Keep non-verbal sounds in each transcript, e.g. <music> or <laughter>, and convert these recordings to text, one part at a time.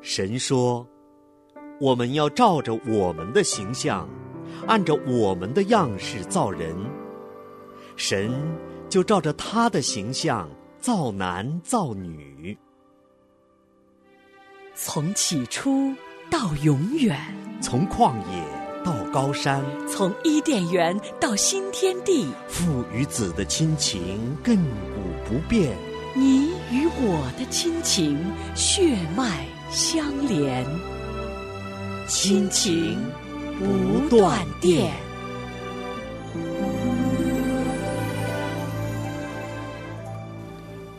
神说：“我们要照着我们的形象，按照我们的样式造人。”神就照着他的形象造男造女。从起初到永远，从旷野到高山，从伊甸园到新天地，父与子的亲情亘古不变。你与我的亲情血脉相连，亲情不断电。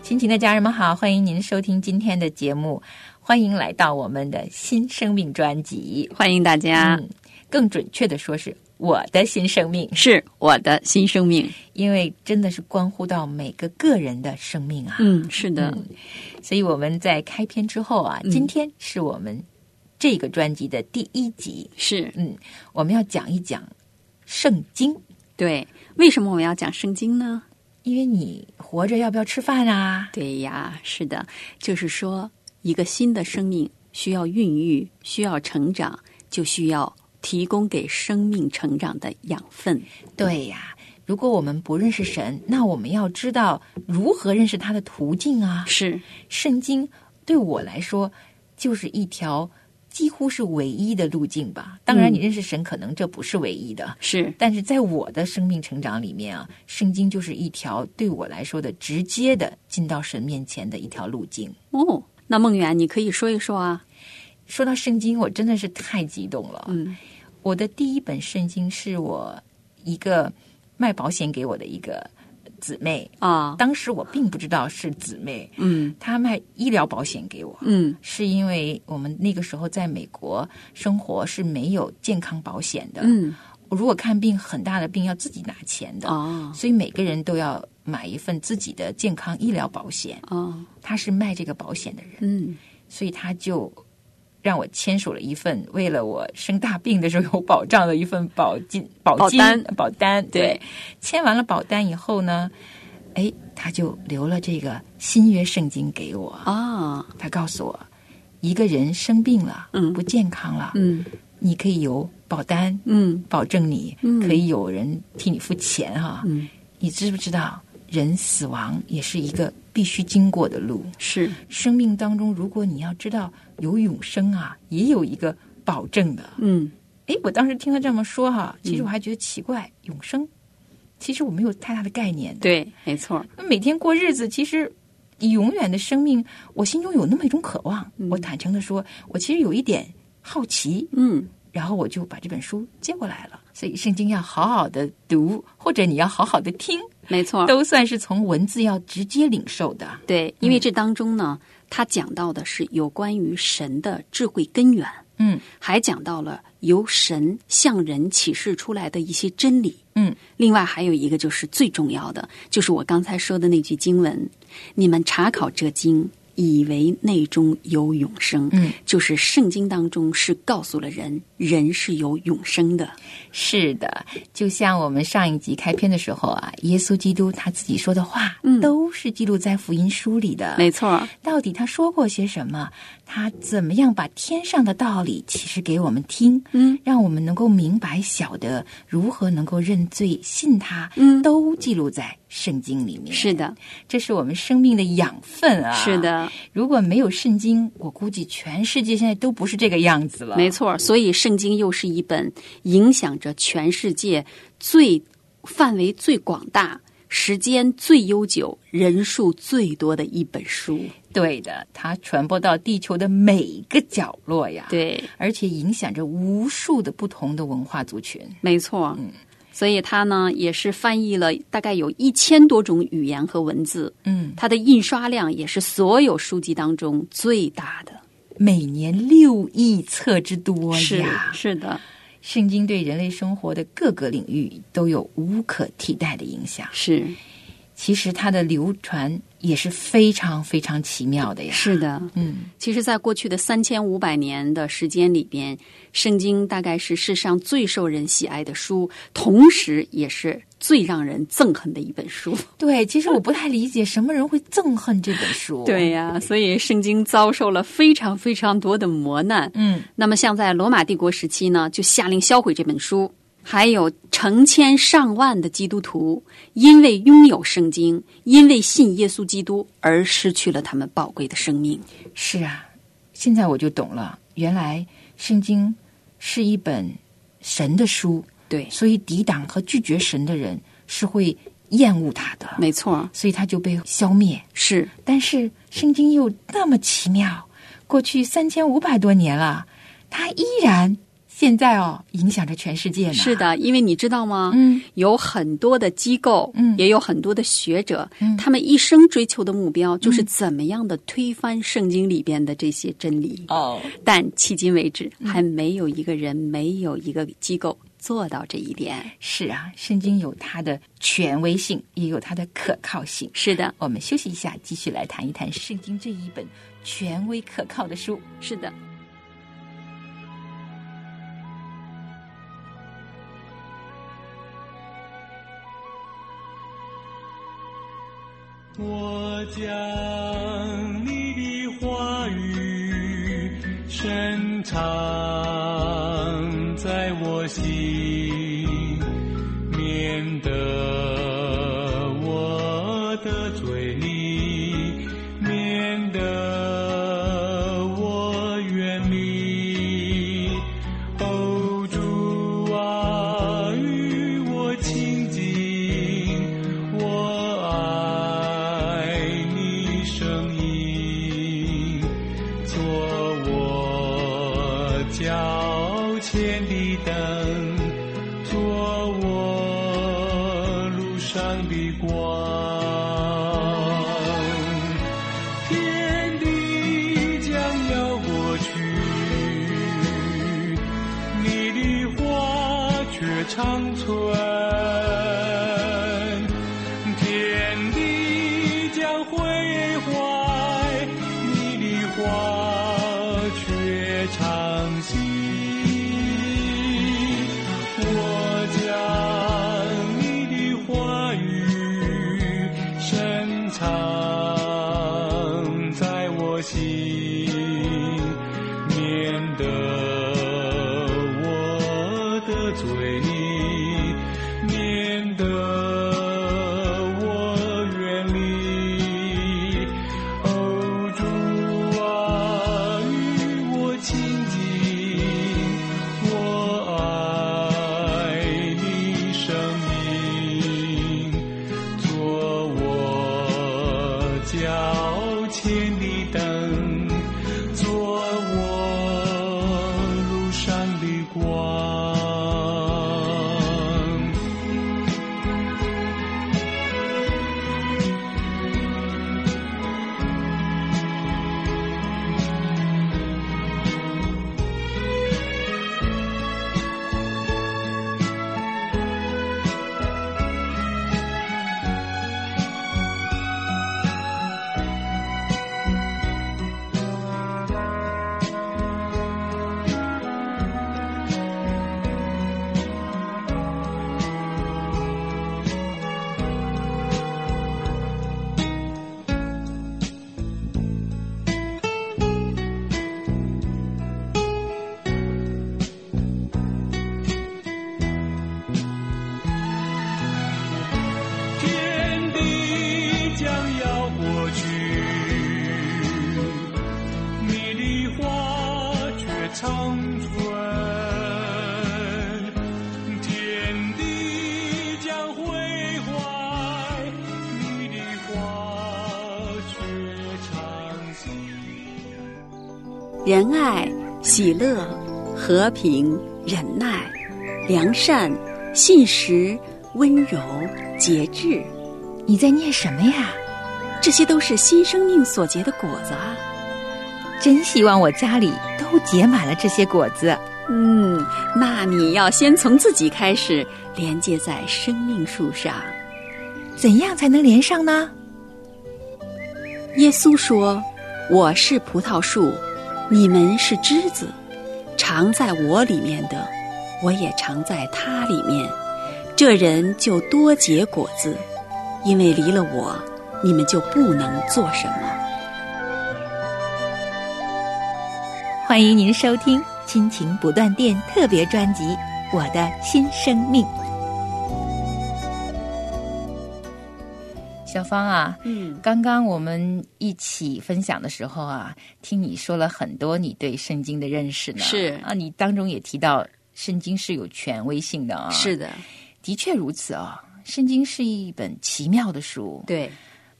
亲情的家人们好，欢迎您收听今天的节目，欢迎来到我们的新生命专辑。欢迎大家，嗯，更准确的说是我的新生命，是我的新生命。因为真的是关乎到每个个人的生命啊。嗯，是的，所以我们在开篇之后啊，今天是我们这个专辑的第一集，是嗯，我们要讲一讲圣经，对。为什么我们要讲圣经呢？因为你活着要不要吃饭啊？对呀，是的，就是说，一个新的生命需要孕育，需要成长，就需要提供给生命成长的养分。对呀、如果我们不认识神，那我们要知道如何认识他的途径啊。是，圣经对我来说就是一条几乎是唯一的路径吧。当然，嗯你认识神可能这不是唯一的，是，但是在我的生命成长里面啊，圣经就是一条对我来说的直接的进到神面前的一条路径。哦。那梦圆，你可以说一说啊。说到圣经，我真的是太激动了。嗯，我的第一本圣经是我一个卖保险给我的一个姊妹，啊，当时我并不知道是姊妹，嗯她卖医疗保险给我。嗯，是因为我们那个时候在美国生活是没有健康保险的，嗯，我如果看病很大的病要自己拿钱的，哦，所以每个人都要买一份自己的健康医疗保险。哦，他是卖这个保险的人，嗯，所以他就让我签署了一份为了我生大病的时候有保障的一份保 <laughs> 金保金保单保单对对签完了保单以后呢，哎，他就留了这个新约圣经给我。啊，他告诉我，一个人生病了，嗯不健康了，嗯你可以有保单嗯保证你，嗯可以有人替你付钱哈、嗯，你知不知道，人死亡也是一个必须经过的路。是，生命当中，如果你要知道有永生啊，也有一个保证的。嗯诶，我当时听他这么说哈、其实我还觉得奇怪，永生，其实我没有太大的概念的。对，没错，每天过日子，其实永远的生命，我心中有那么一种渴望。我坦诚的说，我其实有一点好奇，嗯，然后我就把这本书接过来了。所以圣经要好好的读，或者你要好好的听，没错，都算是从文字要直接领受的。对，因为这当中呢，他讲到的是有关于神的智慧根源，嗯还讲到了由神向人启示出来的一些真理。嗯，另外还有一个就是最重要的，就是我刚才说的那句经文：“你们查考这经，以为内中有永生。”嗯，就是圣经当中是告诉了人，人是有永生的。是的，就像我们上一集开篇的时候啊，耶稣基督他自己说的话，嗯都是记录在福音书里的。没错，到底他说过些什么？他怎么样把天上的道理启示给我们听？嗯，让我们能够明白、晓得如何能够认罪、信他。嗯都记录在圣经里面。是，的，这是我们生命的养分啊。是，的。如果没有圣经，我估计全世界现在都不是这个样子了。没错，所以圣经又是一本影响着全世界最范围最广大、时间最悠久、人数最多的一本书。对的，它传播到地球的每一个角落呀。。对，而且影响着无数的不同的文化族群。没错。所以它呢，也是翻译了大概有一千多种语言和文字，嗯，它的印刷量也是所有书籍当中最大的。每年六亿册之多是呀！是的，圣经对人类生活的各个领域都有无可替代的影响。是其实它的流传也是非常非常奇妙的呀。是的，嗯，其实，在过去的三千五百年的时间里边，圣经大概是世上最受人喜爱的书，同时也是最让人憎恨的一本书。对，其实我不太理解什么人会憎恨这本书。对，呀、所以圣经遭受了非常非常多的磨难。嗯，那么，像在罗马帝国时期呢，就下令销毁这本书。还有成千上万的基督徒，因为拥有圣经，因为信耶稣基督而失去了他们宝贵的生命。是啊，现在我就懂了，原来圣经是一本神的书，对，所以抵挡和拒绝神的人是会厌恶他的，没错，所以他就被消灭。是但是圣经又那么奇妙，过去三千五百多年了，它依然现在哦影响着全世界呢。是，的，因为你知道吗？嗯，有很多的机构，嗯也有很多的学者，嗯他们一生追求的目标就是怎么样的推翻圣经里边的这些真理。哦，但迄今为止，嗯还没有一个人，没有一个机构做到这一点。是啊，圣经有它的权威性，也有它的可靠性。是的，我们休息一下，继续来谈一谈圣经这一本权威可靠的书。是的。我将你的话语深藏在我心，免得我得罪你，免得我远离。哦，主啊，与我亲近，我爱你声音，做我脚前的灯，做我路上的光。天地将要过去，你的话却长存。天地将毁坏，你的话却长新。我将你的话语深藏在我心，免得我得罪你，免得我远离。哦，主啊，与我亲近，我爱你声音，做我脚前的灯，做我路上的光。天地将要过去，你的话却长存。天地将毁坏，你的话却长新。仁爱、喜乐、和平、忍耐、良善、信实、温柔、节制，你在念什么呀？这些都是新生命所结的果子啊。真希望我家里都结满了这些果子。嗯，那你要先从自己开始，连接在生命树上。怎样才能连上呢？耶稣说：“我是葡萄树，你们是枝子。常在我里面的，我也常在他里面。这人就多结果子，因为离了我，你们就不能做什么。欢迎您收听《亲情不断电》特别专辑《我的新生命》。小芳啊，嗯，刚刚我们一起分享的时候啊，听你说了很多你对圣经的认识呢。是啊，你当中也提到圣经是有权威性的啊。是，的，的确如此啊。圣经是一本奇妙的书，对，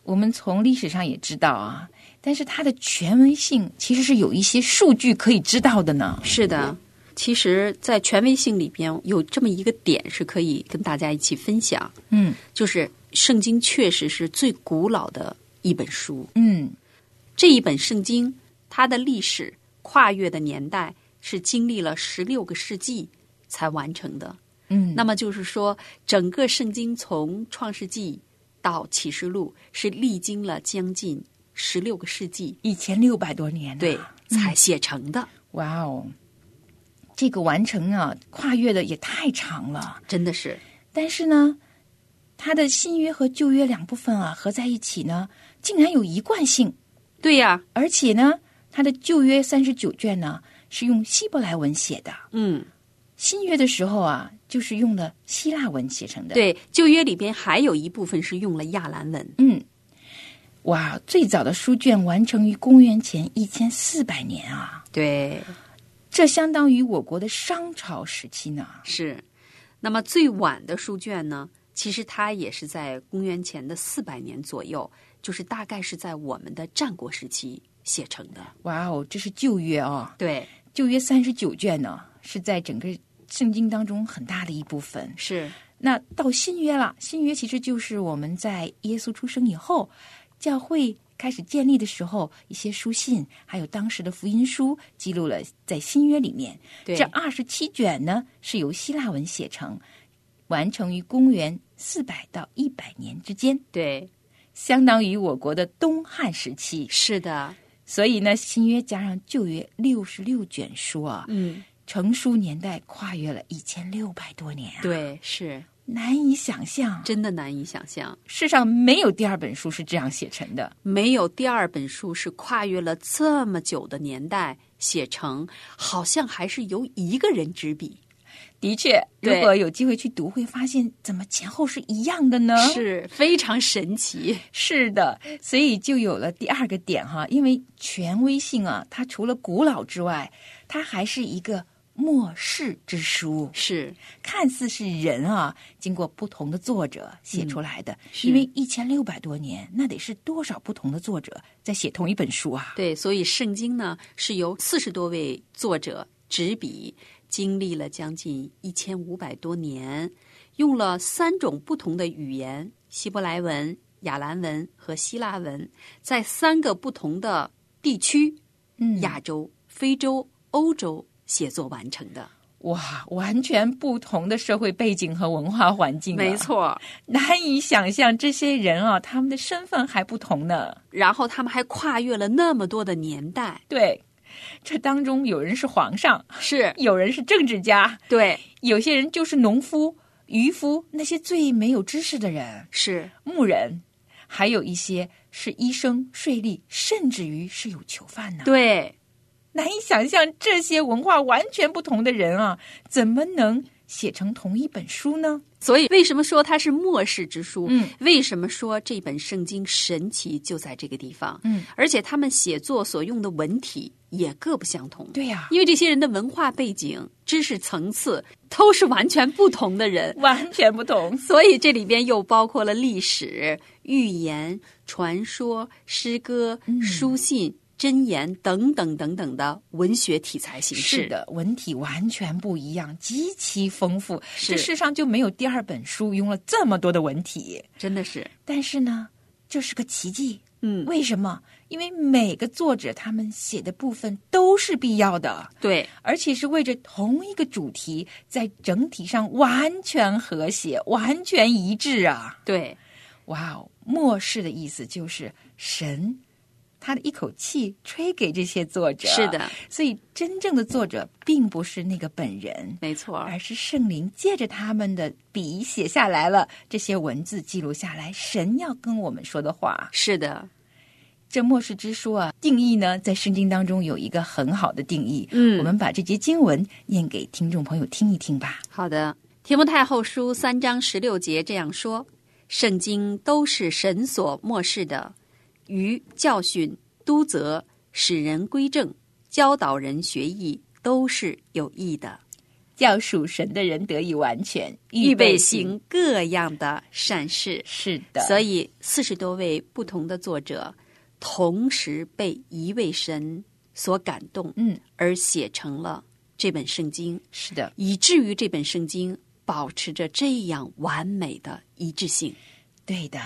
我们从历史上也知道啊，但是它的权威性其实是有一些数据可以知道的呢。是的。其实，在权威性里边有这么一个点是可以跟大家一起分享，嗯就是圣经确实是最古老的一本书。嗯，这一本圣经，它的历史跨越的年代是经历了十六个世纪才完成的。嗯那么就是说，整个圣经从创世纪到启示录是历经了将近十六个世纪，一千六百多年、啊，对，才写成的，哇哦，这个完成啊，跨越的也太长了。真的是但是呢，它的新约和旧约两部分啊合在一起呢，竟然有一贯性，对呀、而且呢，它的旧约三十九卷呢是用希伯来文写的，嗯，新约的时候啊就是用了希腊文写成的。，对，旧约里边还有一部分是用了亚兰文，嗯，哇，最早的书卷完成于公元前一千四百年啊，对，这相当于我国的商朝时期呢。是。那么最晚的书卷呢，其实它也是在公元前的四百年左右，就是大概是在我们的战国时期写成的。哇哦，这是旧约哦。对，旧约三十九卷呢，是在整个圣经当中很大的一部分。是那到新约了，新约其实就是我们在耶稣出生以后，教会开始建立的时候，一些书信，还有当时的福音书，记录了在新约里面。对这二十七卷呢，是由希腊文写成，完成于公元四百到一百年之间，对，相当于我国的东汉时期。是的，所以呢，新约加上旧约六十六卷书啊，嗯，成书年代跨越了一千六百多年、啊，，对，是难以想象，真的难以想象，世上没有第二本书是这样写成的。没有第二本书是跨越了这么久的年代写成，好像还是由一个人执笔。的确，如对果有机会去读，会发现怎么前后是一样的呢？是非常神奇，是的，所以就有了第二个点哈，因为权威性啊，它除了古老之外，它还是一个末世之书。是看似是人啊，经过不同的作者写出来的，嗯是因为一千六百多年，那得是多少不同的作者在写同一本书啊？对，所以圣经呢是由四十多位作者执笔，经历了将近一千五百多年，用了三种不同的语言——希伯来文、亚兰文和希腊文，在三个不同的地区嗯亚洲、非洲、欧洲写作完成的。哇，完全不同的社会背景和文化环境、，啊错，难以想象这些人啊，他们的身份还不同呢。 <laughs> 然后他们还跨越了那么多的年代，对，这当中有人是皇上，是有人是政治家， <laughs> 对，有些人就是农夫、渔夫，那些最没有知识的人、是牧人，还有一些是医生、税吏，甚至于是有囚犯呢、对，难以想象这些文化完全不同的人啊，怎么能写成同一本书呢？所以，为什么说它是末世之书？嗯为什么说这本圣经神奇就在这个地方？嗯，而且他们写作所用的文体也各不相同。，对呀、因为这些人的文化背景、知识层次都是完全不同的人，完全不 <laughs> 同。所以这里边又包括了历史、寓言、传说、诗歌、书信、箴言等等等等的文学题材形式。是，的，文体完全不一样，极其丰富。是这世上就没有第二本书用了这么多的文体。真的是，但是呢，这是个奇迹。嗯，为什么？因为每个作者他们写的部分都是必要的，对，而且是为着同一个主题，在整体上完全和谐、完全一致啊！对，哇哦，末世的意思就是神他的一口气吹给这些作者。是的，所以真正的作者并不是那个本人，没错儿，而是圣灵借着他们的笔写下来了这些文字，记录下来神要跟我们说的话。是的，这末世之书啊，定义呢，在圣经当中有一个很好的定义。嗯我们把这节经文念给听众朋友听一听吧。好的。提摩太后书三章十六节这样说：“圣经都是神所漠视的，于教训、督责、使人归正、教导人学艺，都是有益的，叫属神的人得以完全，预备行各样的善事。”是的，所以四十多位不同的作者同时被一位神所感动，嗯，而写成了这本圣经，是的，以至于这本圣经保持着这样完美的一致性。对的。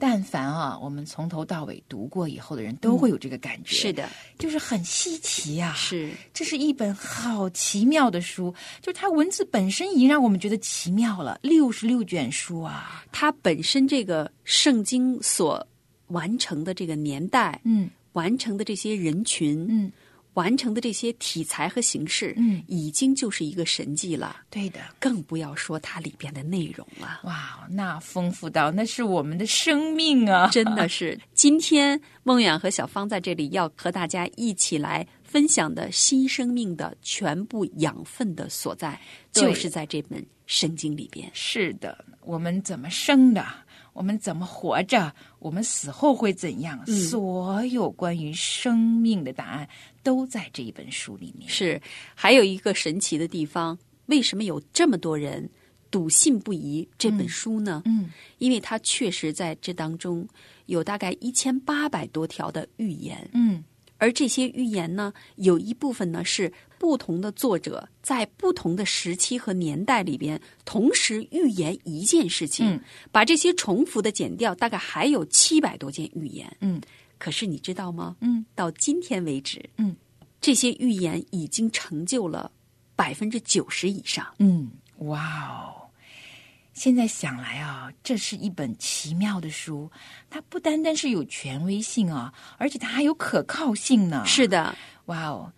但凡啊，我们从头到尾读过以后的人，都会有这个感觉，是，的，就是很稀奇呀、是这是一本好奇妙的书，就是它文字本身已经让我们觉得奇妙了。六十六卷书啊，它本身这个圣经所完成的这个年代，嗯完成的这些人群，嗯，完成的这些题材和形式，嗯已经就是一个神迹了，对的。更不要说它里边的内容了。哇，那丰富到那是我们的生命 <laughs> 啊！真的是，今天孟远和小芳在这里要和大家一起来分享的新生命的全部养分的所在，对就是在这本圣经里边。是的，我们怎么生的，我们怎么活着，我们死后会怎样，嗯所有关于生命的答案都在这一本书里面。是，还有一个神奇的地方，为什么有这么多人笃信不疑这本书呢？嗯，因为它确实在这当中有大概一千八百多条的预言，嗯，而这些预言呢，有一部分呢是不同的作者在不同的时期和年代里边同时预言一件事情，嗯把这些重复的减掉，大概还有七百多件预言。嗯，可是你知道吗？嗯，到今天为止，嗯，这些预言已经成就了百分之九十以上。嗯，哇哦！现在想来啊，这是一本奇妙的书，它不单单是有权威性啊，而且它还有可靠性呢。是，的，哇哦！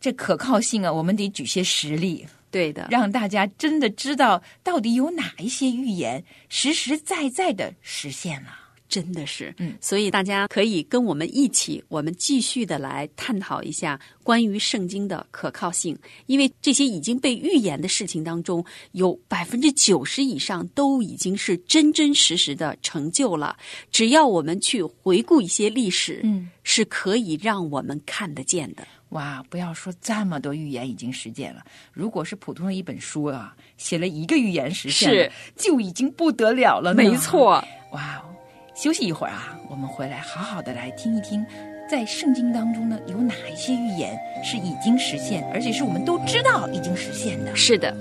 这可靠性啊，我们得举些实例，对的，让大家真的知道到底有哪一些预言实实在在的实现了。真的是，嗯所以大家可以跟我们一起，我们继续的来探讨一下关于圣经的可靠性，因为这些已经被预言的事情当中，有百分之九十以上都已经是真真实实的成就了。只要我们去回顾一些历史，嗯，是可以让我们看得见的。哇，不要说这么多预言已经实践了，如果是普通的一本书啊，写了一个预言实现了，就已经不得了了呢。，，哇哦！休息一会儿啊，我们回来好好的来听一听，在圣经当中呢，有哪一些预言是已经实现，而且是我们都知道已经实现的。是的。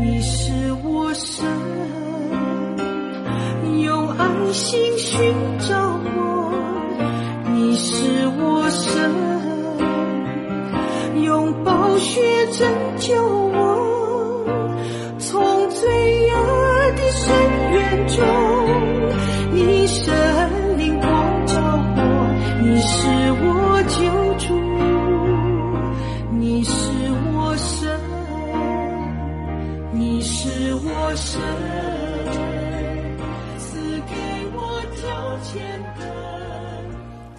你是我神，用爱心寻找我；你是我神，用宝血拯救我。从罪恶的深渊中，你神灵光照我，你是我救主，你是我神。你是我神，赐给我条件的。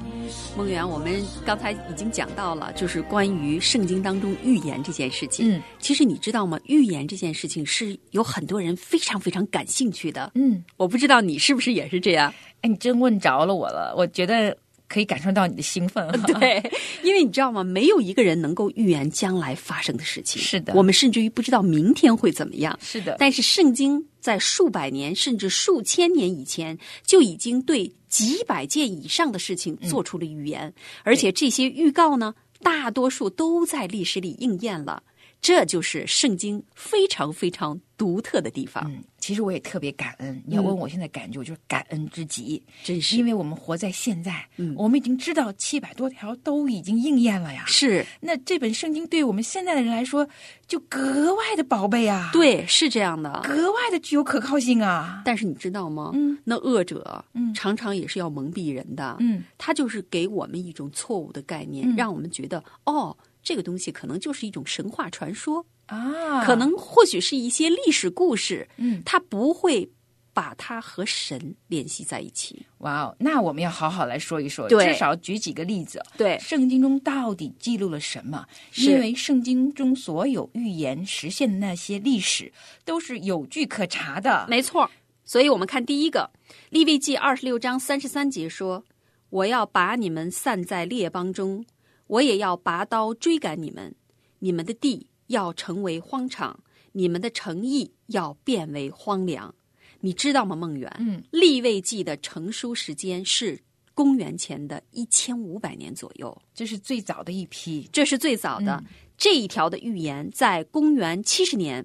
你是梦圆，我们刚才已经讲到了，就是关于圣经当中预言这件事情。嗯，其实你知道吗？预言这件事情是有很多人非常非常感兴趣的。嗯，我不知道你是不是也是这 <laughs> 样？哎，你真问着了我了，我觉得可以感受到你的兴奋、 <laughs> 啊。，对，因为你知道吗？没有一个人能够预言将来发生的事情。是的我们甚至于不知道明天会怎么样。是的，但是圣经在数百年甚至数千年以前就已经对几百件以上的事情嗯做出了预言，而且这些预告呢，大多数都在历史里应验了。这就是圣经非常非常独特的地方，嗯，其实我也特别感恩。你要问我现在感觉，我就是感恩之极，真嗯是因为我们活在现在，嗯我们已经知道七百多条都已经应验了呀。是那这本圣经对我们现在的人来说，就格外的宝贝啊，，对，是这样的。格外的具有可靠性啊。但是你知道吗？嗯那恶者嗯常常也是要蒙蔽人的，嗯他就是给我们一种错误的概念，嗯让我们觉得哦，这个东西可能就是一种神话传说，啊，可能或许是一些历史故事，嗯，他不会把它和神联系在一起。哇哦，那我们要好好来说一说，对至少举几个例子。啊对圣经中到底记录了什么？是因为圣经中所有预言实现的那些历史，都是有据可查的。没错儿，所以我们看第一个《利未记》二十六章三十三节说：“我要把你们散在列邦中，我也要拔刀追赶你们，你们的地要成为荒场，你们的诚意要变为荒凉。”你知道吗，梦圆？嗯， 《利未记》的成书时间是公元前的一千五百年左右。这是最早的一批。这是最早嗯的。这一条的预言在公元七十年，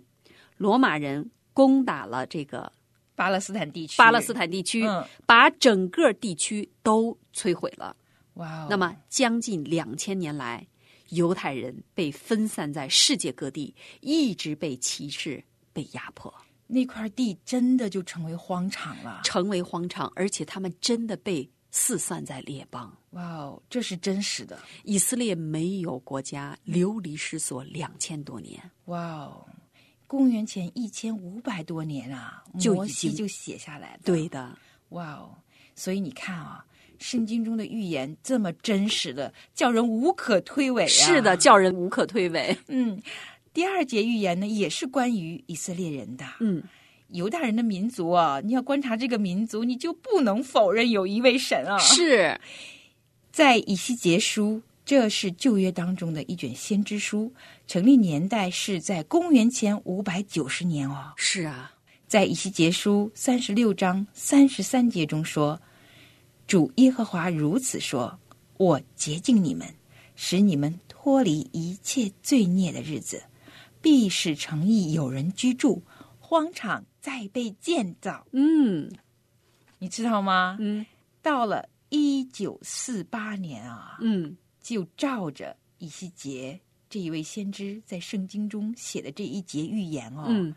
罗马人攻打了这个巴勒斯坦地区，巴勒斯坦地区，嗯把整个地区都摧毁了。哇哦，那么，将近两千年来，犹太人被分散在世界各地，一直被歧视、被压迫，那块地真的就成为荒场了。成为荒场，而且他们真的被四散在列邦。哇哦，这是真实的。以色列没有国家，流离失所两千多年。哇哦，公元前一千五百多年啊，就已摩西经就写下来了。对的，哇哦！所以你看啊，圣经中的预言这么真实的，叫人无可推诿、啊。是的，叫人无可推诿。嗯，第二节预言呢，也是关于以色列人的。嗯，犹大人的民族啊，你要观察这个民族，你就不能否认有一位 <laughs> 神啊。是在以西结书，这是旧约当中的一卷先知书，成立年代是在公元前五百九十年哦。是啊，在以西结书三十六章三十三节中说：“主耶和华如此说：我洁净你们，使你们脱离一切罪孽的日子，必使诚意有人居住，荒场再被建造。嗯”你知道吗？嗯到了一九四八年啊，嗯，就照着以西结这一位先知在圣经中写的这一节预言哦，嗯，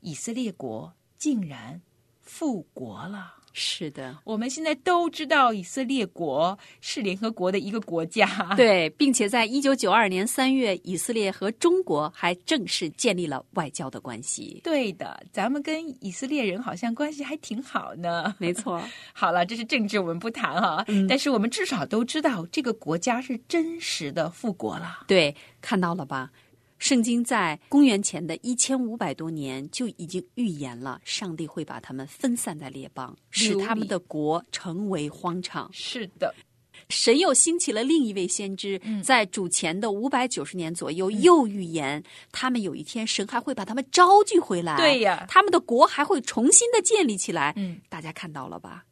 以色列国竟然复国了。是的，我们现在都知道，以色列国是联合国的一个国家。，对，并且在一九九二年三月，以色列和中国还正式建立了外交的关系。对的，咱们跟以色列人好像关系还挺好呢。没错，好了，这是政治，我们不谈啊。嗯但是我们至少都知道，这个国家是真实的复国了。 <laughs> 对，看到了吧？圣经在公元前的一千五百多年就已经预言了，上帝会把他们分散在列邦，使流他们离的国成为荒场。是的，神又兴起了另一位先知，嗯在主前的五百九十年左右，又预言他们有一天神还会把他们招聚回来，对呀他们的国还会重新的建立起来。嗯，大家看到了吧？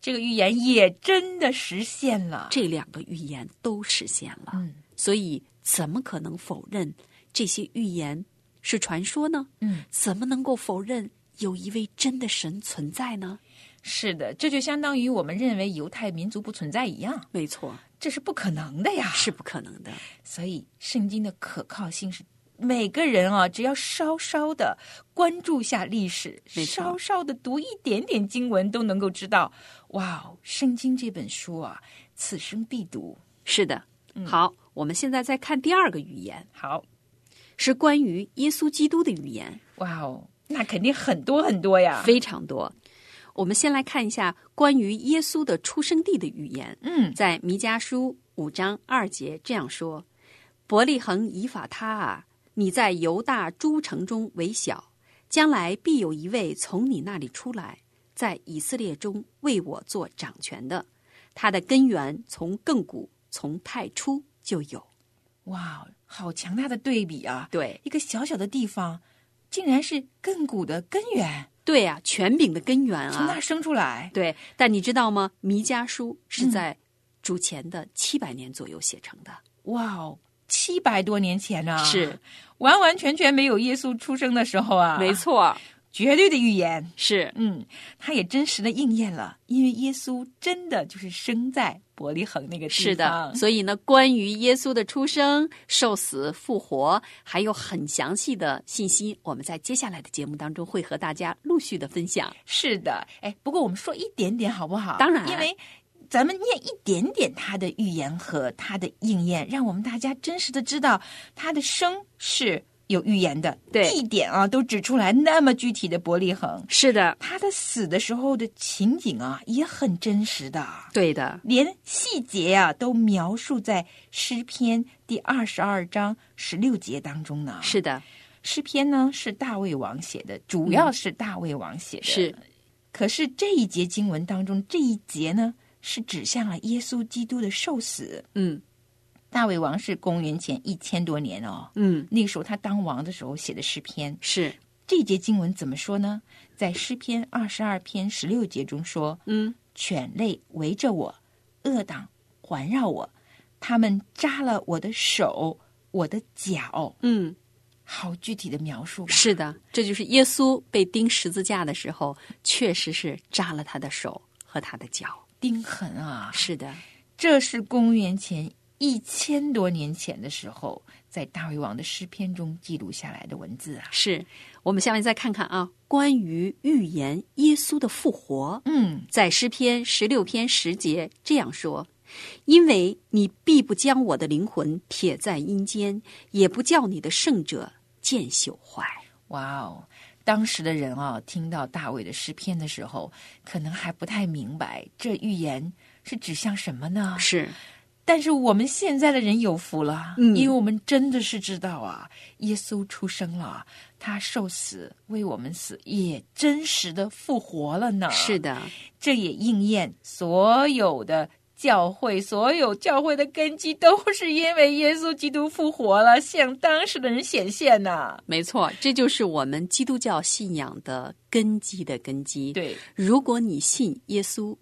这个预言也真的实现了。这两个预言都实现了，嗯所以怎么可能否认这些预言是传说呢？嗯，怎么能够否认有一位真的神存在呢？是的，这就相当于我们认为犹太民族不存在一样，没错，这是不可能的呀。是不可能的。所以圣经的可靠性是每个人啊，只要稍稍的关注下历史，没错稍稍的读一点点经文，都能够知道，哇哦，圣经这本书啊，此生必读。是的，嗯好，我们现在再看第二个预言。好，是关于耶稣基督的预言，哇哦，那肯定很多很多呀。非常多。我们先来看一下关于耶稣的出生地的预言，嗯在弥迦书五章二节这样说：“伯利恒以法他啊，你在犹大诸城中为小，将来必有一位从你那里出来，在以色列中为我做掌权的。他的根源从亘古，从太初就有。哇哦，好强大的对比啊！对一个小小的地方，竟然是亘古的根源，对啊，权柄的根源啊，从那儿生出来。对，但你知道吗？嗯弥迦书是在主前的七百年左右写成的，哇哦，七百多年前呢、是完完全全没有耶稣出生的时候啊，没，错，绝对的预言。是嗯，它也真实的应验了，因为耶稣真的就是生在伯利恒那个地方。是的，所以呢，关于耶稣的出生、受死、复活，还有很详细的信息，我们在接下来的节目当中会和大家陆续的分享。是的，哎，不过我们说一点点好不好？当然因为咱们念一点点他的预言和他的应验，让我们大家真实的知道他的生是有预言的，对地点啊都指出来那么具体的伯利恒，是的，他的死的时候的情景啊也很真实的，对的，连细节啊都描述在诗篇第二十二章十六节当中呢。是的，诗篇呢是大卫王写的，主要是大卫王写的。是，可是这一节经文当中，这一节呢是指向了耶稣基督的受死。嗯大卫王是公元前一千多年哦，嗯，那个时候他当王的时候写的诗篇。是，这节经文怎么说呢？在诗篇二十二篇十六节中说：“嗯，犬类围着我，恶党环绕我，他们扎了我的手，我的脚。嗯，”好具体的描述吧。是的，这就是耶稣被钉十字架的时候，确实是扎了他的手和他的脚。钉痕啊，是的，这是公元前一千多年前的时候，在大卫王的诗篇中记录下来的文字啊。是我们下面再看看啊，关于预言耶稣的复活，嗯，在诗篇十六篇十节这样说：“因为你必不将我的灵魂撇在阴间，也不叫你的圣者见朽坏。哇哦！当时的人啊，听到大卫的诗篇的时候，可能还不太明白这预言是指向什么呢”？是但是我们现在的人有福了，嗯因为我们真的是知道啊，耶稣出生了，他受死为我们死，也真实的复活了呢。是的，这也应验所有的教会，所有教会的根基都是因为耶稣基督复活了，向当时的人显现呐、没错，这就是我们基督教信仰的根基的根基。，对，如果你信耶稣，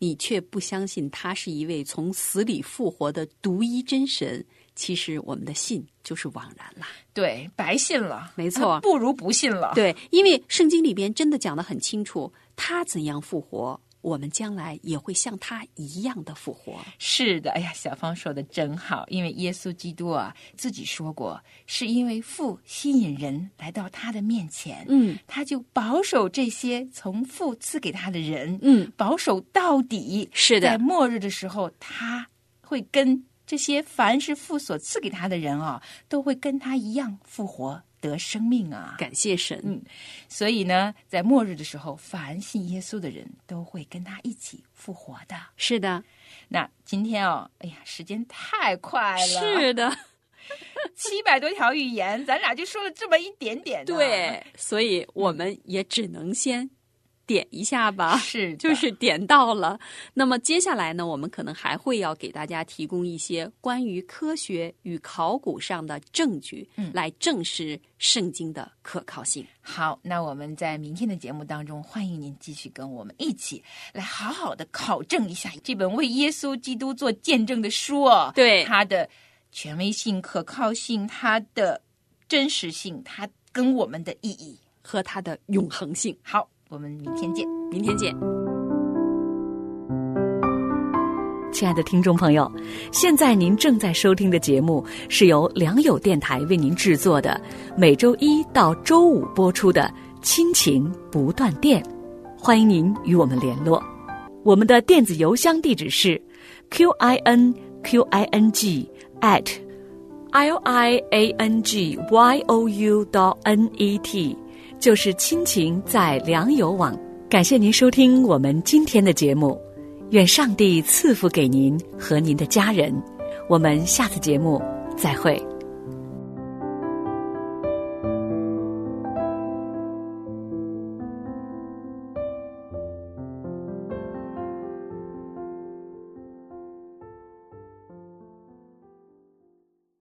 你却不相信他是一位从死里复活的独一真神，其实我们的信就是枉然啦。对，白信了，啊没错不如不信了。，对，因为圣经里边真的讲得很清楚，他怎样复活，我们将来也会像他一样的复活。是的，哎呀，小芳说的真好，因为耶稣基督啊自己说过，是因为父吸引人来到他的面前，嗯他就保守这些从父赐给他的人，嗯，保守到底。是在的，末日的时候，他会跟这些凡是父所赐给他的人啊，都会跟他一样复活得生命啊。感谢神。嗯所以呢，在末日的时候，凡信耶稣的人都会跟他一起复活的。是的，那今天哦，哎呀，时间太快了，是 <laughs> 的，七百多条语言，咱俩就说了这么一点点、呢。对，所以我们也只能先点一下吧。啊是 <laughs> 的就是点到了。那么接下来呢，我们可能还会要给大家提供一些关于科学与考古上的证据，嗯来证实圣经的可靠性。好，那我们在明天的节目当中，欢迎您继续跟我们一起来好好的考证一下这本为耶稣基督做见证的书哦，对它的权威性、可靠性、它的真实性、它跟我们的意义。和它的永恒性。好，我们明天见。明天见。亲爱的听众朋友，现在您正在收听的节目是由良友电台为您制作的，每周一到周五播出的《亲情不断电》，欢迎您与我们联络。我们的电子邮箱地址是 q i n q i n g at l i a n g y o u n e t，就是亲情在良友网。感谢您收听我们今天的节目。愿上帝赐福给您和您的家人。我们下次节目再会。